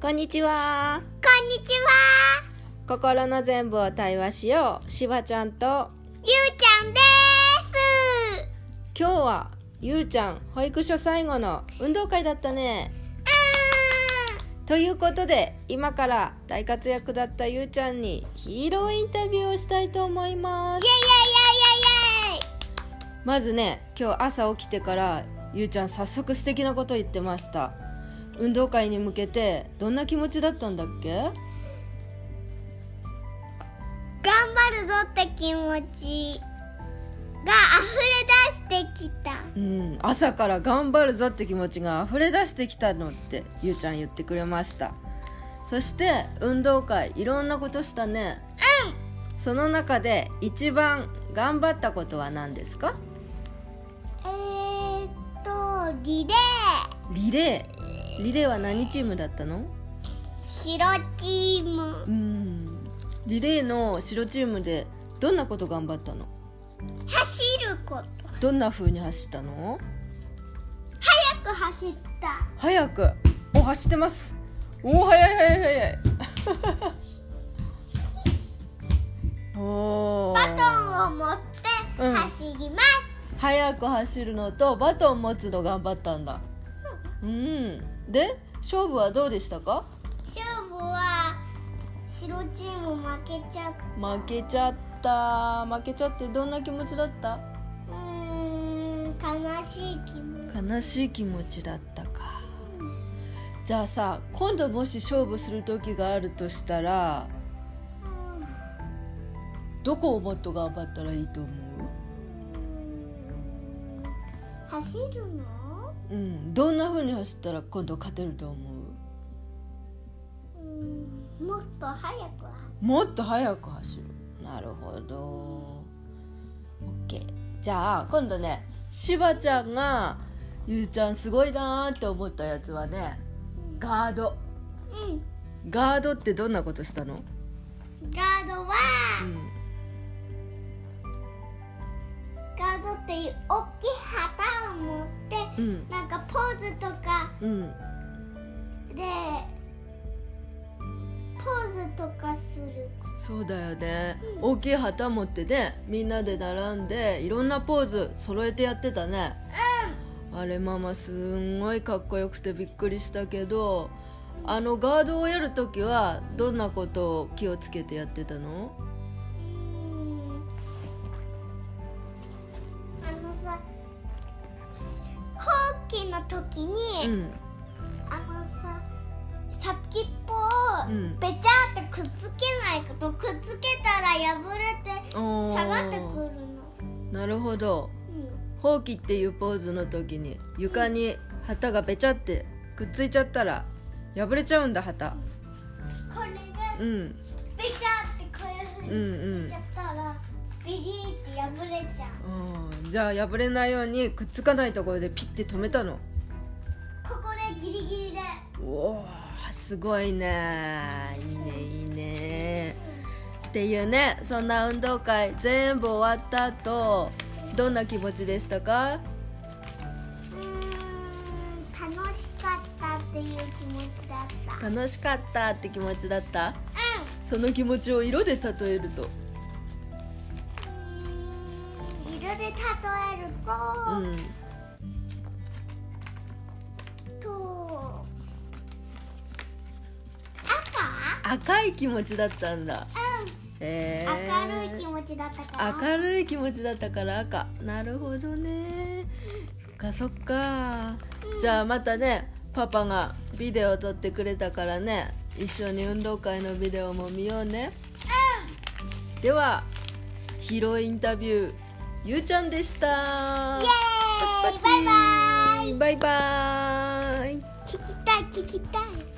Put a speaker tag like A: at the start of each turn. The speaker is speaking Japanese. A: こんにちは
B: こんにちは。
A: 心の全部を対話しようしばちゃんと
B: ゆうちゃんで
A: 今日はゆうちゃん保育所最後の運動会だったね
B: す。
A: ということで今から大活躍だったゆうちゃんにヒーローインタビューをしたいと思います
B: うーん。イェイイェイイェイイェイイェイ。
A: まずね今日朝起きてからゆうちゃん早速素敵なこと言ってました運動会に向けてどんな気持ちだったんだっけ
B: 頑張るぞって気持ちが溢れ出してきた。
A: うん、朝から頑張るぞって気持ちが溢れ出してきたのってゆうちゃん言ってくれましたそして運動会いろんなことしたねうんその中で一番頑張ったことは何ですか
B: えーっとリレー
A: リレーリレーは何チームだったの
B: 白チーム
A: うんリレーの白チームでどんなこと頑張ったの
B: 走ること。
A: どんな風に走ったの
B: 早く走った。
A: 早くお走ってますお早い早い早い おー
B: バトンを持って
A: うん
B: 走ります。
A: 早く走るのとバトン持つの頑張ったんだうんで勝負はどうでしたか
B: 勝負は白チーム負けちゃった。
A: 負けちゃった負けちゃってどんな気持ちだった
B: うーん悲しい気持ち。
A: 悲しい気持ちだったかじゃあさ今度もし勝負する時があるとしたら
B: うん
A: どこをもっと頑張ったらいいと思う
B: 走るの
A: うん、どんな風に走ったら今度勝てると思う
B: うんもっと早くは
A: もっと速く走るなるほど OK じゃあ今度ねしばちゃんがゆうちゃんすごいなーって思ったやつはねガード
B: うん
A: ガードってどんなことしたの、
B: ガードは
A: うん、
B: ガードっていう大きい旗を持っ
A: う
B: て、
A: ん
B: なんかポーズとか
A: うん
B: でポーズとかする
A: そうだよね大きい旗持ってねみんなで並んでいろんなポーズ揃えてやってたねあれママすんごいかっこよくてびっくりしたけどあのガードをやるときはどんなことを気をつけてやってたの
B: うんあのさほうきの時に、
A: うん
B: あのさ先っぽ
A: う
B: を
A: ん
B: べちゃってくっつけないこと、くっつけたら破れて
A: おー
B: 下がってくるの、
A: なるほど
B: うん、
A: ほうきっていうポーズの時に床に旗がべちゃってくっついちゃったら破れちゃうんだ旗
B: これ
A: う
B: が
A: ん
B: べちゃってこういう
A: うん
B: ふう
A: う
B: に
A: ん
B: しちゃったら、ビリって破れちゃう
A: うんじゃあ破れないようにくっつかないところでピッて止めたの
B: ここでギリギリで
A: おおすごいねいいねいいねっていうねそんな運動会全部終わった後どんな気持ちでしたか
B: うーん楽しかったっていう気持ちだったうん
A: 楽しかったって気持ちだったその気持ちを色で例えると
B: うーん色で例えると、
A: うん
B: と赤
A: 赤い気持ちだったんだ
B: う
A: へ
B: ん、
A: ー
B: 明るい気持ちだったから
A: 明るい気持ちだったから赤なるほどねそっかそっかじゃあまたねパパがビデオ撮ってくれたからね一緒に運動会のビデオも見ようねではヒーローインタビューゆうちゃんでした
B: イエーイ
A: パチパチ
B: バイバイ
A: バイバイ
B: 聞きたい聞きたい